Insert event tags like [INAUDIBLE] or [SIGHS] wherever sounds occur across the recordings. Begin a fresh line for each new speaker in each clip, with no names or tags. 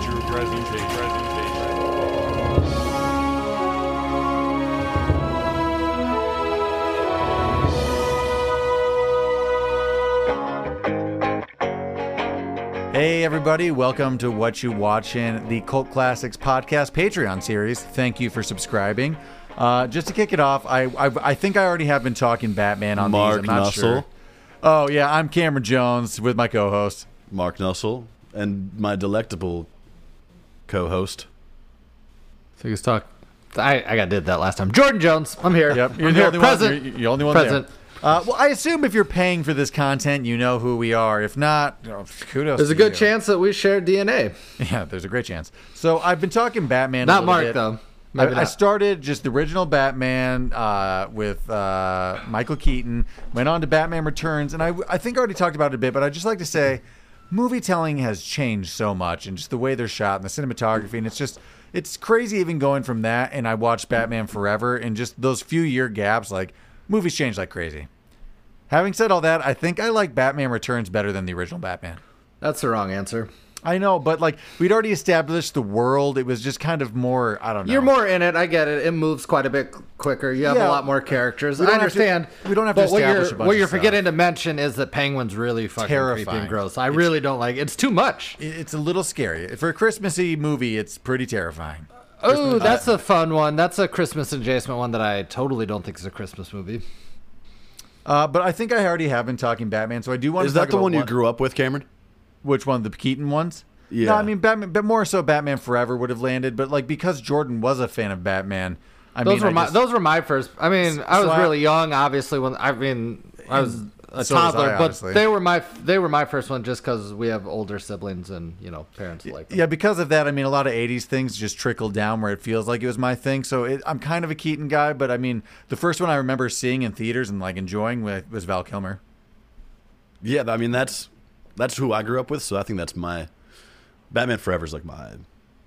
presentation. presentation.
Hey, everybody, welcome to What You Watchin', the Cult Classics Podcast Patreon series. Thank you for subscribing. Uh, just to kick it off, I, I I think I already have been talking Batman on
Mark
these. I'm not
Nussel.
sure. Oh yeah, I'm Cameron Jones with my co-host.
Mark Nussel and my delectable co-host.
So you guys talk. I, I got did that last time. Jordan Jones, I'm here.
Yep, you're
I'm
the
here.
only
Present.
one. You're, you're the only one
Present.
there. Uh, well, I assume if you're paying for this content, you know who we are. If not, oh, kudos.
There's a
to
good
you.
chance that we share DNA.
[LAUGHS] Yeah, there's a great chance. So I've been talking Batman. a
Not
little
Mark
bit.
though.
I,
Maybe
I
not.
started just the original Batman uh, with uh, Michael Keaton. Went on to Batman Returns, and I, I think I already talked about it a bit, but I'd just like to say, movie telling has changed so much, and just the way they're shot and the cinematography, and it's just it's crazy even going from that. And I watched Batman Forever, and just those few year gaps, like movies change like crazy. Having said all that, I think I like Batman Returns better than the original Batman.
That's the wrong answer.
I know, but like we'd already established the world. It was just kind of more. I don't know.
You're more in it. I get it. It moves quite a bit quicker. You have
Yeah.
a lot more characters. I
don't have to-
understand.
we don't have to
But
establish
what you're-
a bunch
What
of
you're
stuff.
forgetting to mention is that Penguin's really fucking creepy
Terrifying.
and gross. I really don't like it. It's too much.
It- It's a little scary. For a Christmassy movie, it's pretty terrifying.
Oh, that's a fun one. That's a Christmas adjacent one that I totally don't think is a Christmas movie.
Uh, but I think I already have been talking Batman, so I do want
Is
to talk
that the
about
one you grew up with, Cameron?
Which one? The Keaton ones?
Yeah.
No, I mean Batman, but more so Batman Forever would have landed. But like because Jordan was a fan of Batman, I
Those
mean,
were
I
my
just-
those were my first. I mean, I was
so I-
really young, obviously. When I mean, I was a
so was I,
toddler, but
obviously.
they were my they were my first one just because we have older siblings and you know parents like them.
Yeah, because of that, I mean, a lot of '80s things just trickled down where it feels like it was my thing. So it, I'm kind of a Keaton guy, but I mean, the first one I remember seeing in theaters and like enjoying wa- was Val Kilmer.
Yeah, I mean that's that's who I grew up with, so I think that's my Batman Forever's like my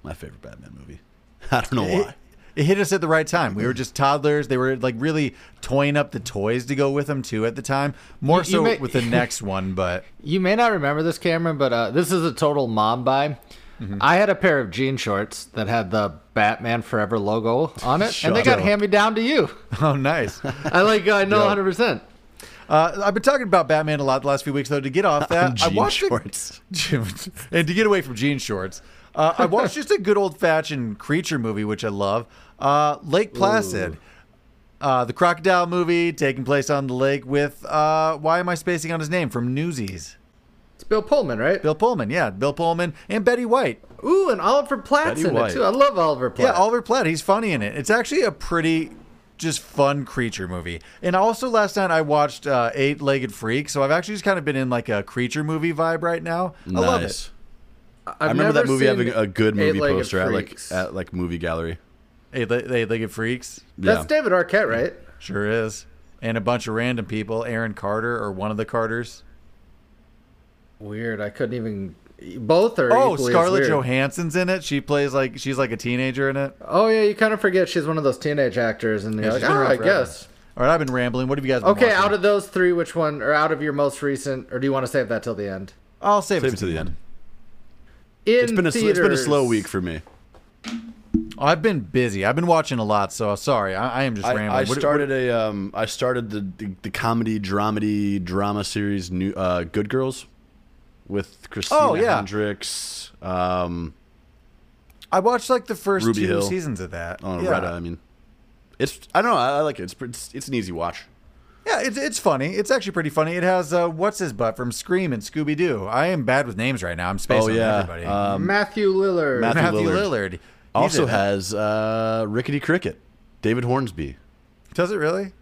my favorite Batman movie. [LAUGHS] I don't know why.
It hit us at the right time. We were just toddlers. They were like really toying up the toys to go with them too at the time. More
You- you
so
may-
[LAUGHS]
with the next one, but [LAUGHS]
You may not remember this, Cameron, but uh, this is a total mom buy.
Mm-hmm.
I had a pair of jean shorts that had the Batman Forever logo on it, and they
Shut
got
up.
hand me down
[LAUGHS]
to you.
oh, nice.
I like I know 100. percent
Uh, I've been talking about Batman a lot the last few weeks, though. To get
[LAUGHS]
off that, I
Jean
watched a-
shorts.
[LAUGHS] and to get away from jean shorts, uh, I watched just a good old fashioned creature movie, which I love. Uh, Lake Placid, uh, the crocodile movie taking place on the lake with uh, why am I spacing on his name from Newsies?
It's Bill Pullman, right?
Bill Pullman, yeah, Bill Pullman and Betty White.
Ooh, and Oliver Platt's
Betty
in
White.
it too. I love Oliver
Yeah,
Platt.
Oliver Platt. He's funny in it. It's actually a pretty just fun creature movie. And also last night I watched uh, Eight Legged Freak, so I've actually just kind of been in like a creature movie vibe right now. I
nice.
love it.
I've
I remember that
never
movie having
seen
a good movie
Eight-Legged
poster at like
Freaks.
at like movie gallery.
Eight, Le- Eight Legged Freaks
That's
yeah.
David Arquette, right?
sure is, and a bunch of random people. Aaron Carter or one of the Carters.
Weird. I couldn't even. Both are.
Oh,
equally as
Scarlett
weird.
Johansson's in it. She plays like she's like a teenager in it.
Oh yeah, you kind of forget she's one of those teenage actors, and you're
Yeah,
like,
she's been
oh,
around
I
forever.
guess.
All right, I've been rambling. What have you guys? Been
Okay,
watching?
out of those three, which one, or out of your most recent, or do you want to save that till the end?
I'll save,
Save it to the end.
In
It's been a sl- it's been a slow
theaters.
week for me.
I've been busy. I've been watching a lot, so sorry. I, I am just rambling.
I, I
What- what-
started a um, I started the, the, the comedy dramedy drama series new uh, Good Girls with Christina
Oh, yeah.
Hendricks um,
I watched like the first
Ruby
two
Hill.
seasons of that.
on
yeah.
Reddit. oh, I mean, it's I don't know I, I like it. It's, pretty- it's it's an easy watch.
Yeah, it's it's funny. It's actually pretty funny. It has uh, what's his butt from Scream and Scooby Doo. I am bad with names right now. I'm spacing
oh
on
yeah,
everybody.
um,
Matthew Lillard.
[LAUGHS]
Matthew
Matthew Lillard,
Lillard.
He's
also
in it.
has uh, Rickety Cricket, David Hornsby.
does it really?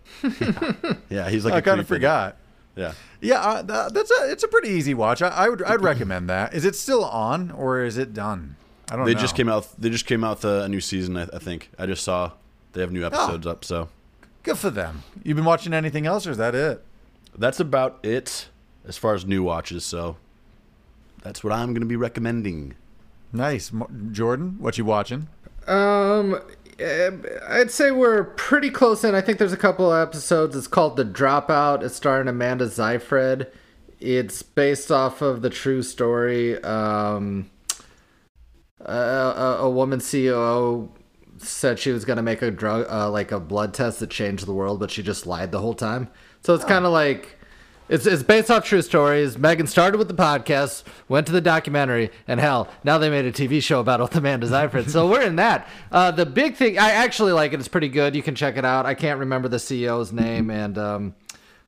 Yeah, he's like
I kind
a
of
creep in it.
forgot.
Yeah,
Yeah, uh, th- that's a it's a pretty easy watch. I, I would I'd recommend that. Is it still on or is it done? I don't.
they
know.
just came out. They just came out with a new season. I, I think I just saw they have
Oh.
new episodes up. So
Good for them. You've been watching anything else or is that it?
that's about it as far as new watches. So that's what I'm going to be recommending.
Nice, Mo- Jordan. What you watching?
Um, eh, I'd say we're pretty close in. I think there's a couple of episodes. It's called The Dropout. It's starring Amanda Seyfried. It's based off of the true story. Um, uh, a, a woman CEO said she was going to make a drug, uh, like a blood test that changed the world, but she just lied the whole time. So it's kind of like it's it's based off true stories. Megan started with the podcast, went to the documentary, and hell, now they made a TV show about what the man designed for it. So we're in that. Uh, the big thing, I actually like it. It's pretty good. You can check it out. I can't remember the CEO's name, and um,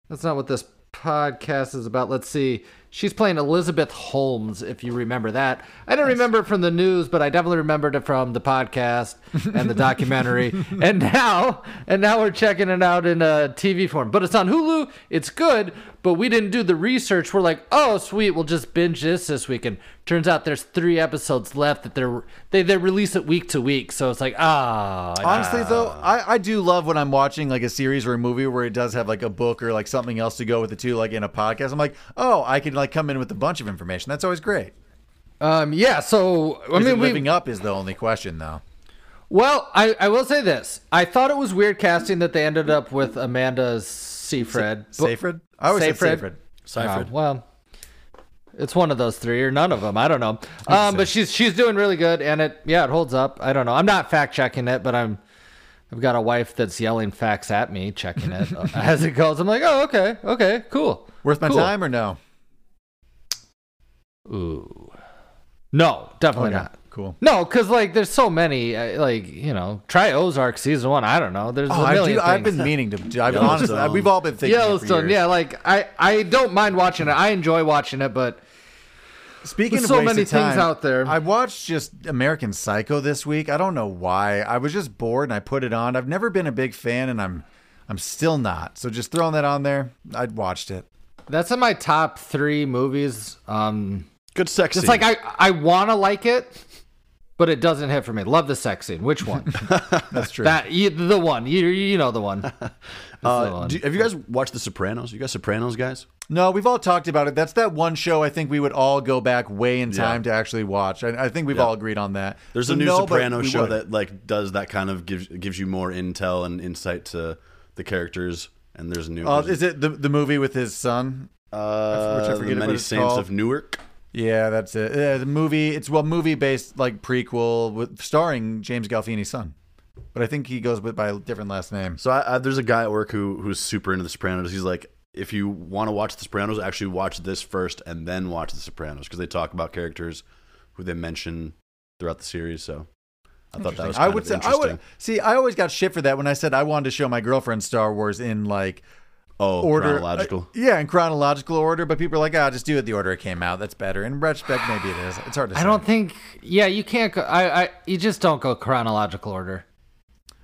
that's not what this podcast is about. Let's see. She's playing Elizabeth Holmes, if you remember that. I don't remember it from the news, but I definitely remembered it from the podcast and the documentary.
[LAUGHS]
and now, and now we're checking it out in a TV form. But it's on Hulu. It's good, but we didn't do the research. We're like, oh, sweet, we'll just binge this this weekend. Turns out there's three episodes left that they're they they release it week to week, so it's like ah. I
Honestly, though, I, I do love when I'm watching like a series or a movie where it does have like a book or like something else to go with it too, like in a podcast. I'm like, oh, I can like come in with a bunch of information. That's always great.
Um, yeah, so I
I mean,
mean, we,
living up is the only question, though.
Well, I, I will say this. I thought it was weird casting that they ended up with Amanda Seyfried. but-
Safred? I always said
Seyfried.
Safred.
Oh,
Seifert.
well, it's one of those three or none of them. I don't know. Um, but she's she's doing really good, and it yeah it holds up. I don't know. I'm not fact checking it, but I'm I've got a wife that's yelling facts at me, checking it
[LAUGHS]
uh, as it goes. I'm like, oh okay, okay, cool.
Worth my
Cool.
time or no?
Ooh, no, definitely
Okay,
not.
Cool.
No, because like there's so many. uh, Like you know, try Ozark season one. I don't know. There's
Oh,
a
I
million.
do, I've
things.
been meaning to.
[LAUGHS]
I've
Yellowstone.
honestly, we've all been thinking. it for
Yellowstone,
years.
yeah, like I, I don't mind watching it. I enjoy watching it, but
Speaking
With
of
so
wasted
many things
time,
out there.
I watched just American Psycho this week. I don't know why. I was just bored and I put it on. I've never been a big fan, and I'm I'm still not. So just throwing that on there. I'd watched it.
that's in my top three movies. Um,
Good sex
it's
scene.
like I, I want to like it, but it doesn't hit for me. Love the sex scene.
[LAUGHS]
Which one?
That's true.
that you, the one. You, you know
[LAUGHS]
the one. It's the
Uh,
one.
do, have you guys watched The Sopranos? You guys Sopranos guys?
no, we've all talked about it. That's that one show I think we would all go back way in time to actually watch. I, I think we've all agreed on that.
There's
So
a new
no, but
Soprano
we
show
would.
that like does that kind of gives gives you more intel and insight to the characters. And there's a new.
Uh,
there's-
is it the the movie with his son?
Uh,
which I forget
the
what
Many
it's
Saints
called.
of Newark.
Yeah, that's it. Uh, the movie. It's well, movie based like prequel with starring James Gandolfini's son, but I think he goes with by a different last name.
So I, I, there's a guy at work who who's super into The Sopranos. He's like, if you want to watch The Sopranos, actually watch this first and then watch The Sopranos because they talk about characters who they mention throughout the series. So I thought that was
I
kind
would
of
say I
interesting.
would see. I always got shit for that when I said I wanted to show my girlfriend Star Wars in like
oh,
order
chronological.
uh, yeah, in chronological order. But people are like, ah, just do it the order it came out. That's better. In retrospect, maybe it is. It's hard to say.
I don't think. Yeah, you can't go. I, I, you just don't go chronological order.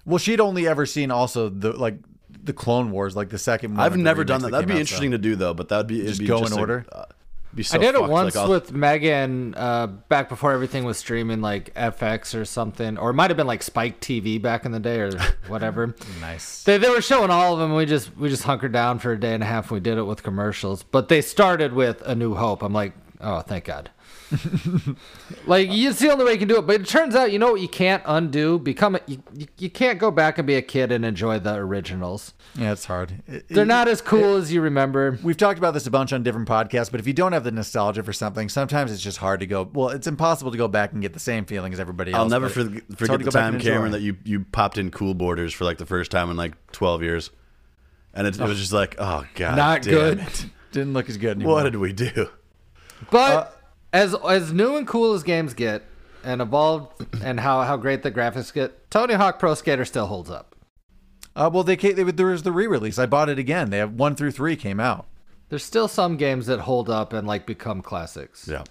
Well, she'd only ever seen also the like the Clone Wars, like the second. one.
I've
of the
never
remakes
done that. That'd
came out,
be
so-
interesting to do though, but that'd be it'd
Just
be
go in
a-
order?
uh, be so
I did it
fucked.
once
Like, I'll-
with Megan uh, back before everything was streaming, like FX or something, or it might have been like Spike TV back in
[LAUGHS]
the day or whatever.
Nice.
they, they were showing all of them. We just we just hunkered down for a day and a half. We did it with commercials, but they started with A New Hope. I'm like, oh, thank
[LAUGHS]
God. like it's the only way you can do it. But it turns out, you know what you can't undo. Become a, you, you- you can't go back and be a kid and enjoy the originals.
Yeah, it's hard. It-
They're
it-
not as cool as you remember.
We've talked about this a bunch on different podcasts, but if you don't have the nostalgia for something, sometimes it's just hard to go. Well, it's impossible to go back and get the same feeling as everybody else.
I'll never
but
forg-
it's hard
forget
to
the
go back
time,
and enjoy.
Cameron,
[LAUGHS]
that you, you popped in Cool Borders for like the first time in like 12 years. And it, it was just like, oh, God.
Not
damn
good.
it.
didn't look as good anymore.
What did we do?
But
Uh,
as as new and cool as games get, and evolved, and how how great the graphics get, Tony Hawk Pro Skater still holds up.
Uh, well, they, ca- they there was the re-release. I bought it again. They have one through three came out.
There's still some games that hold up and like become classics.
Yeah.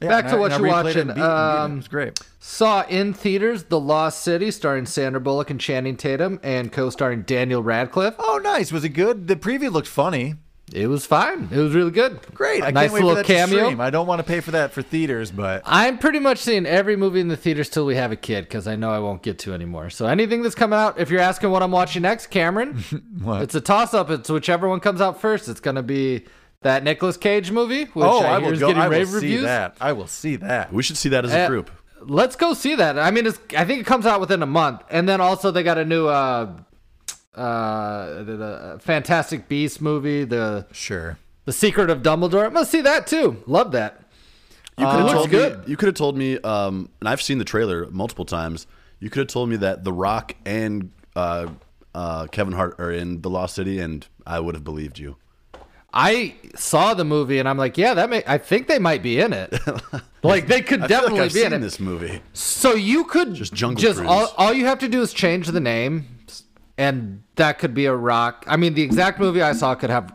Yeah,
Back
and
to
I-
what
and I
you're
replayed it and
watching.
beat it and beat it.
Um,
it was great.
Saw in theaters The Lost City, starring Sandra Bullock and Channing Tatum, and co-starring Daniel Radcliffe.
Oh, nice. Was it good? The preview looked funny.
It was fine. It was really good.
Great. I
nice
can't wait
little
for that
cameo.
to stream. I don't want to pay for that for theaters, but
I'm pretty much seeing every movie in the theaters till we have a kid because I know I won't get to anymore. So anything that's coming out, if you're asking what I'm watching next, Cameron,
[LAUGHS] What?
it's a toss up. It's whichever one comes out first. It's gonna be that Nicolas Cage movie, which
oh,
I,
I
hear
will
is
go.
getting
I will
rave
see
reviews.
that. I will see that.
We should see that as
Uh,
a group.
Let's go see that. I mean, it's, I think it comes out within a month, and then also they got a new uh, uh, the, the Fantastic Beast movie, the
Sure.
the Secret of Dumbledore. I'm gonna see that too. Love that.
You could have
uh, looks
told
good.
me. You could have told me. Um, and I've seen the trailer multiple times. You could have told me that The Rock and uh, uh, Kevin Hart are in The Lost City, and I would have believed you.
I saw the movie and I'm like, yeah, that may. I think they might be
[LAUGHS]
in it. like they could
I
definitely
feel like I've
be
seen
in it.
this
[LAUGHS]
movie.
So you could
Just Jungle Cruise.
all, all you have to do is change the name, and that could be a rock. I mean, the exact movie I saw could have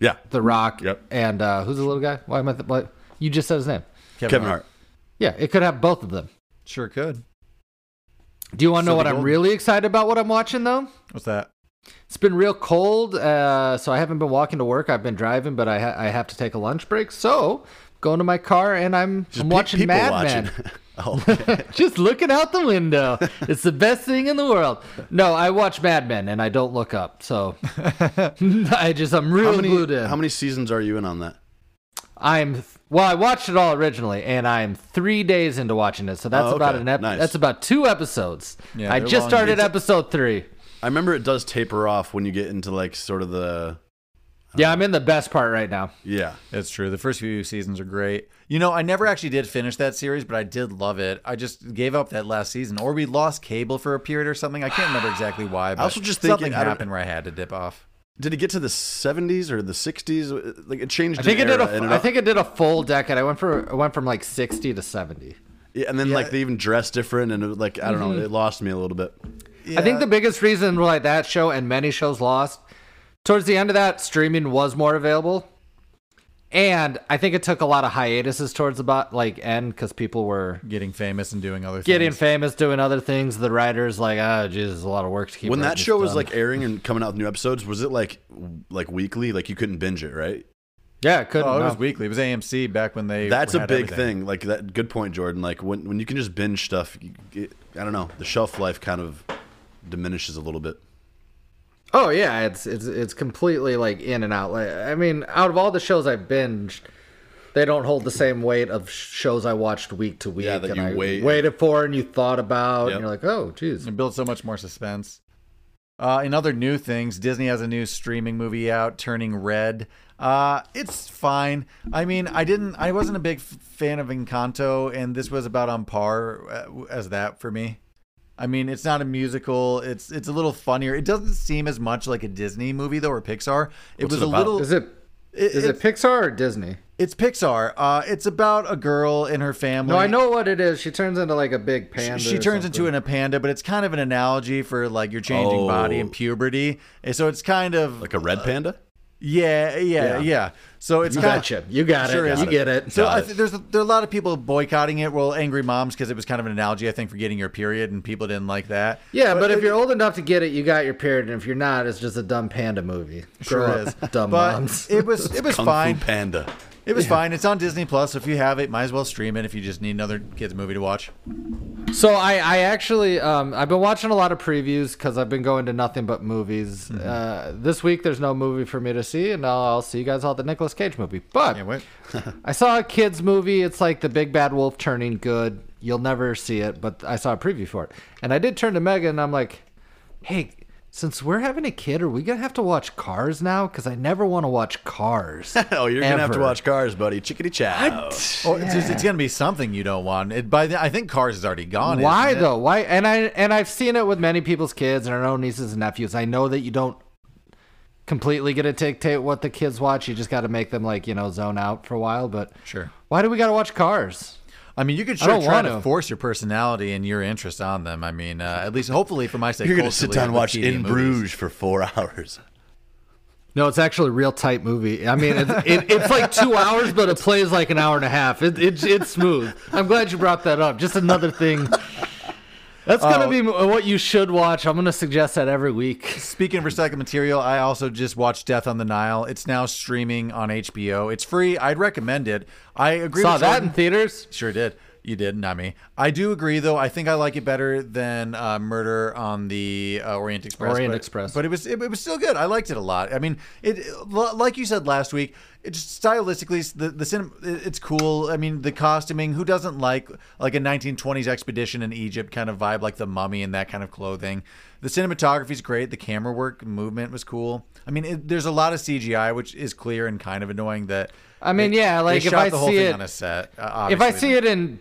Yeah,
the rock.
Yep.
And uh, who's the little guy? Why am I? Th- what? You just said his name.
Kevin Hart.
Yeah, it could have both of them.
Sure could.
Do you want to
So
know what
the
I'm
gold-
really excited about? What I'm watching though.
What's that?
It's been real cold, uh, so I haven't been walking to work. I've been driving, but I ha- I have to take a lunch break. So going to my car and I'm,
Just
I'm
pe-
watching
people
Mad
watching.
Men. [LAUGHS]
[LAUGHS] oh,
just looking out
[LAUGHS]
the window. It's the best thing in the world. No, I watch Mad Men and I don't look up. So
[LAUGHS]
[LAUGHS] I just I'm
how
really glued
many?
in.
How many seasons are you in on that?
I'm well, I watched it all originally and I'm 3 days into watching it. So that's
Oh,
about
okay.
an ep-
Nice.
that's about 2 episodes.
Yeah,
I
they're
just
long.
started
It's-
episode 3.
I remember it does taper off when you get into like sort of the
Yeah,
Oh.
I'm in the best part right now.
yeah.
It's true. The first few seasons are great. You know, I never actually did finish that series, but I did love it. I just gave up that last season, or we lost cable for a period or something. I can't remember exactly
[SIGHS]
why. But
also just thinking-
something
I don't-
happened where I had to dip off.
Did it get to the seventies or the sixties? Like it changed.
I think it
an
did
era,
a,
and
I think it did a full decade. I went for I went from like 60 to 70.
Yeah, and then
Yeah.
like they even dress different, and it, was, like I don't know, it lost me a little bit.
I think
Yeah.
the biggest reason why that show and many shows lost towards the end of that streaming was more available, and I think it took a lot of hiatuses towards about like end because people were
getting famous and doing other
getting
things.
famous, doing other things. The writers like, ah, oh, Jesus, a lot of work to keep.
when
writing
that
this
show was
done."
like airing and coming out with new episodes, was it like w- like weekly? Like you couldn't binge it, right?
yeah, it couldn't.
Oh, it was
no.
weekly. It was AMC back when they.
That's a
had
big
everything.
thing. Like that. Good point, Jordan. Like when when you can just binge stuff, you get- I don't know, the shelf life kind of diminishes a little bit.
Oh yeah, it's it's it's completely like in and out. Like I mean, out of all the shows I binged, they don't hold the same weight of sh- shows I watched week to week.
Yeah, that
and
you
I
wait-
waited for and you thought about,
Yep.
and you're like, oh, jeez.
It builds so much more suspense. Uh, in other new things, Disney has a new streaming movie out, Turning Red. Uh, it's fine. I mean, I didn't, I wasn't a big f- fan of Encanto, and this was about on par uh, as that for me. I mean, it's not a musical. It's it's a little funnier. It doesn't seem as much like a Disney movie though, or Pixar. It
What's
was
it
a
about?
little.
Is it
it-
is it
it's-
Pixar or Disney?
It's Pixar. Uh, it's about a girl and her family.
No, I know what it is. She turns into like a big panda.
She turns into an, a panda, but it's kind of an analogy for like your changing body
Oh.
and puberty. And so it's kind of
Like a red panda.
yeah, yeah, yeah, So it's
You
kind
gotcha. You got
Sure
it.
is.
You get it.
So
Got
I
it.
th- there's a, there are a lot of people boycotting it. Well, angry moms because it was kind of an analogy, I think, for getting your period, and people didn't like that.
yeah, but, if
it-
you're old enough to get it, you got your period, and if you're not, it's just a dumb panda movie.
sure
Grow
is
up, dumb
but
moms.
it
[LAUGHS]
was it was
Kung
fine.
Fu Panda. [LAUGHS]
It was fine. It's on Disney Plus. So if you have it, might as well stream it. If you just need another kids movie to watch,
So I, I actually, um, I've been watching a lot of previews because I've been going to nothing but movies. Uh, this week, there's no movie for me to see, and I'll, I'll see you guys all at the Nicolas Cage movie. But
yeah, wait.
[LAUGHS] I saw a kids movie. It's like the Big Bad Wolf turning good. You'll never see it, but I saw a preview for it, and I did turn to Megan. and I'm like, "Hey, since we're having a kid, are we gonna have to watch Cars now? Because I never want to watch Cars.
Oh, you're gonna have to
Ever.
watch Cars, buddy. Chickadee chow.
Oh, it's, just- it's gonna be something you don't want. It, by the, I think Cars is already gone.
Why
isn't it?
though? Why? And I and I've seen it with many people's kids and our own nieces and nephews. I know that you don't completely get to dictate what the kids watch. You just got to make them like you know zone out for a while. But
Sure.
why do we got to watch Cars?
I mean, you could
I
sure
don't
try
want
to
to.
force your personality and your interest on them. I mean, uh, at least hopefully for my sake,
You're gonna
culturally,
sit down and
with
watch
TV
In
movies.
Bruges for four hours.
No, it's actually a real tight movie. I mean, it's, it, it's like two hours, but it plays like an hour and a half. It, it, it's smooth. I'm glad you brought that up. Just another thing. That's going to
Oh.
be what you should watch. I'm going to suggest that every week.
Speaking of recycled material, I also just watched Death on the Nile. It's now streaming on HBO. It's free. I'd recommend it. I agree.
Saw
with
that
Jordan.
in theaters.
Sure did. You did, not me. I do agree, though. I think I like it better than uh, Murder on the uh, Orient Express.
Orient
but-
Express.
but it was it, it was still good. I liked it a lot. I mean, it l- like you said last week. It just stylistically, the the cinema, it's cool. I mean, the costuming. Who doesn't like like a 1920s expedition in Egypt kind of vibe, like the Mummy and that kind of clothing? The cinematography's great. The camera work, movement was cool. I mean, it, there's a lot of CGI, which is clear and kind of annoying. That
I mean,
they-
yeah, like,
they
if
shot
I
the whole
see
thing
it-
on a set. uh,
if I
obviously.
see it in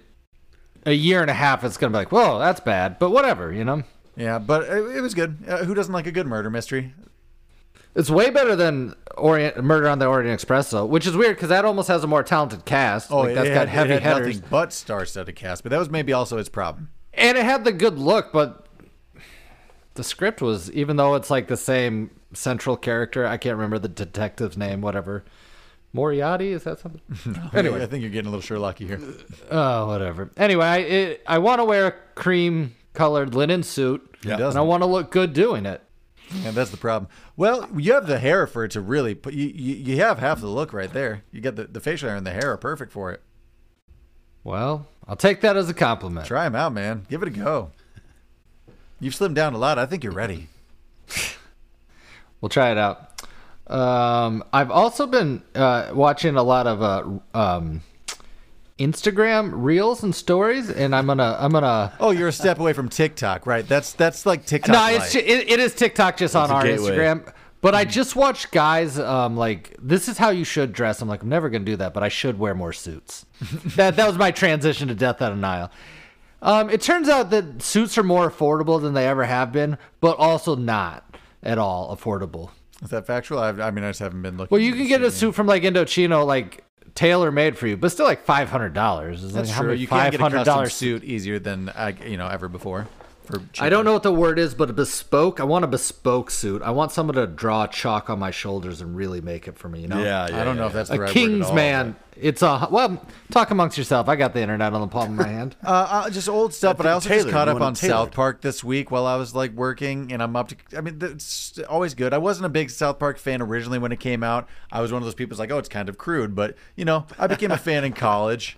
a year and a half, it's gonna be like, whoa, that's bad. But whatever, you know.
yeah, but it, it was good. Uh, who doesn't like a good murder mystery?
It's way better than Orient Murder on the Orient Express, though, which is weird because that almost has a more talented cast.
Oh,
like,
that's
that's got heavy
it had
headers,
nothing but star-studded cast, but that was maybe also its problem.
and it had the good look, but the script was, even though it's like the same central character, I can't remember the detective's name, whatever. Moriarty, is that something?
[LAUGHS] Oh, Anyway, I think you're getting a little Sherlocky here.
Oh, whatever. Anyway, I it, I want to wear a cream colored linen suit,
Yeah.
and I want to look good doing it.
Yeah, that's the problem. Well, you have the hair for it to really put you. You, you have half the look right there. You got the, the facial hair and the hair are perfect for it.
Well, I'll take that as a compliment.
Try them out, man. Give it a go. You've slimmed down a lot. I think you're ready.
We'll try it out. Um, I've also been uh, watching a lot of uh, um, Instagram reels and stories, and I'm gonna I'm gonna.
Oh, you're a step away from TikTok, right? That's that's like TikTok.
No, it's
light.
ju- it, it is TikTok just on
a
our
gateway.
Instagram. But I just watch guys um, like this is how you should dress. I'm like I'm never gonna do that, but I should wear more suits. that that was my transition to Death on a Nile. Um, it turns out that suits are more affordable than they ever have been, but also not at all affordable.
Is that factual? I, I mean, I just haven't been looking.
Well, you can get a suit from like Indochino, like tailor made for you, but still like five hundred dollars.
That's
like,
true. You can
five
get a
hundred
custom
dollars
suit easier than I, you know ever before. For
I don't know what the word is, but a bespoke. I want a bespoke suit. I want someone to draw chalk on my shoulders and really make it for me. You know.
Yeah, yeah.
I don't know
yeah,
if that's the
A
right word at
king's
all,
man. It's a well. Talk amongst yourself. I got the internet on the palm of my hand.
Uh, uh, just old stuff, but I also just
tailored.
caught
You
up
want
on
it tailored.
South Park this week while I was like working, and I'm up to. I mean, th- it's always good. I wasn't a big South Park fan originally when it came out. I was one of those people who's like, oh, it's kind of crude, but you know, I became a [LAUGHS] fan in college,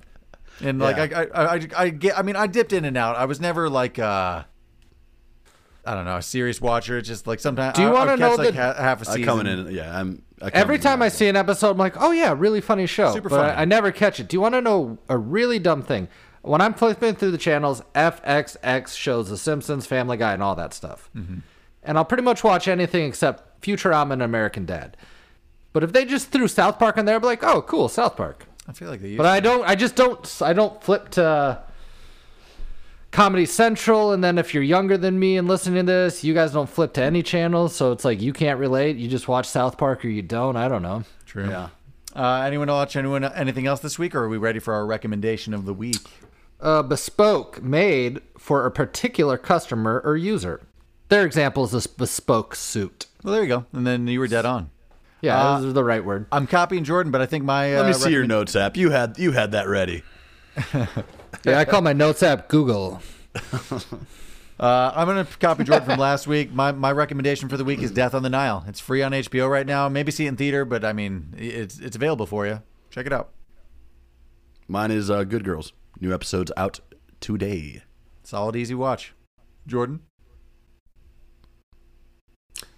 and like
Yeah.
I, I, I, I get. I mean, I dipped in and out. I was never like. uh I don't know, a serious watcher. It's just like sometimes
Do you
I-
wanna
I'll catch,
know
like
the-
ha- half a
I
season.
coming in. Yeah, I'm. I come
Every
in
time I
now.
see an episode, I'm like, oh yeah, really funny show.
Super
but I-
funny.
I, never catch it. Do you want to know a really dumb thing? When I'm flipping through the channels, FXX shows The Simpsons, Family Guy, and all that stuff.
Mm-hmm.
And I'll pretty much watch anything except Futurama and American Dad. But if they just threw South Park in there, I'd be like, oh, cool, South Park.
I feel like they. Used
But I don't. I just don't. I don't flip to Comedy Central. And then if you're younger than me and listening to this, you guys don't flip to any channels. So it's like you can't relate. You just watch South Park or you don't. I don't know.
true.
Yeah.
Uh, anyone watch anyone anything else this week, or are we ready for our recommendation of the week?
uh, bespoke made for a particular customer or user. Their example is this bespoke suit.
Well, there you go. And then you were dead on.
Yeah, those are the right word.
I'm copying Jordan, but I think my. Uh,
Let me see your
recommend-
notes app. You had you had that ready.
[LAUGHS] Yeah, I call my notes app Google.
Uh, I'm going to copy Jordan from last week. My, my recommendation for the week is Death on the Nile. It's free on HBO right now. Maybe see it in theater, but I mean, it's it's available for you. Check it out.
Mine is uh, Good Girls. New episodes out today.
Solid, easy watch. Jordan,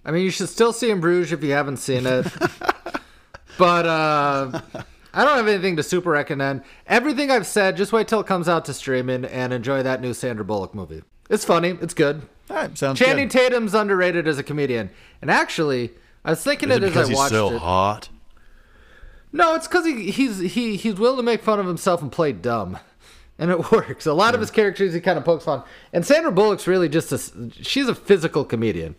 I mean, you should still see in Bruges if you haven't
[LAUGHS]
seen it. but uh, I don't have anything to super recommend. Everything I've said, just wait till it comes out to streaming and enjoy that new Sandra Bullock movie. It's funny. It's good.
all right, sounds
Channing
good.
Tatum's underrated as a comedian. And actually, I was thinking
Is it
it as
because
I
he's
watched
so
it.
hot?
No, it's because he, he's he he's willing to make fun of himself and play dumb, and it [LAUGHS] works. A lot of his characters he kind of pokes fun, and Sandra Bullock's really just a s- she's a physical comedian.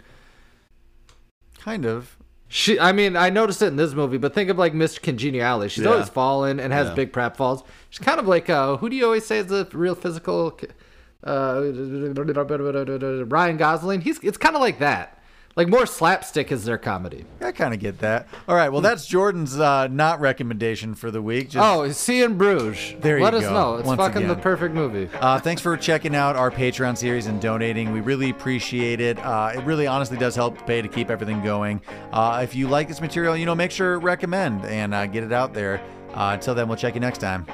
kind of.
She, I mean, I noticed it in this movie, but think of like Mr. Congeniality. She's
Yeah.
always fallen and has
Yeah.
big prep falls. She's kind of like uh, who do you always say is the real physical? c- Uh, Ryan Gosling. He's it's kind of like that. Like more slapstick is their comedy.
I kind of get that. All right, well, that's Jordan's uh, not recommendation for the week. Just,
Oh, see in Bruges.
There you
Let us
go.
know. It's
Once
fucking the
again.
perfect movie.
Uh, thanks for checking out our Patreon series and donating. We really appreciate it. Uh, it really honestly does help pay to keep everything going. Uh, if you like this material, you know, make sure to recommend and uh, get it out there. Uh, until then, we'll check you next time.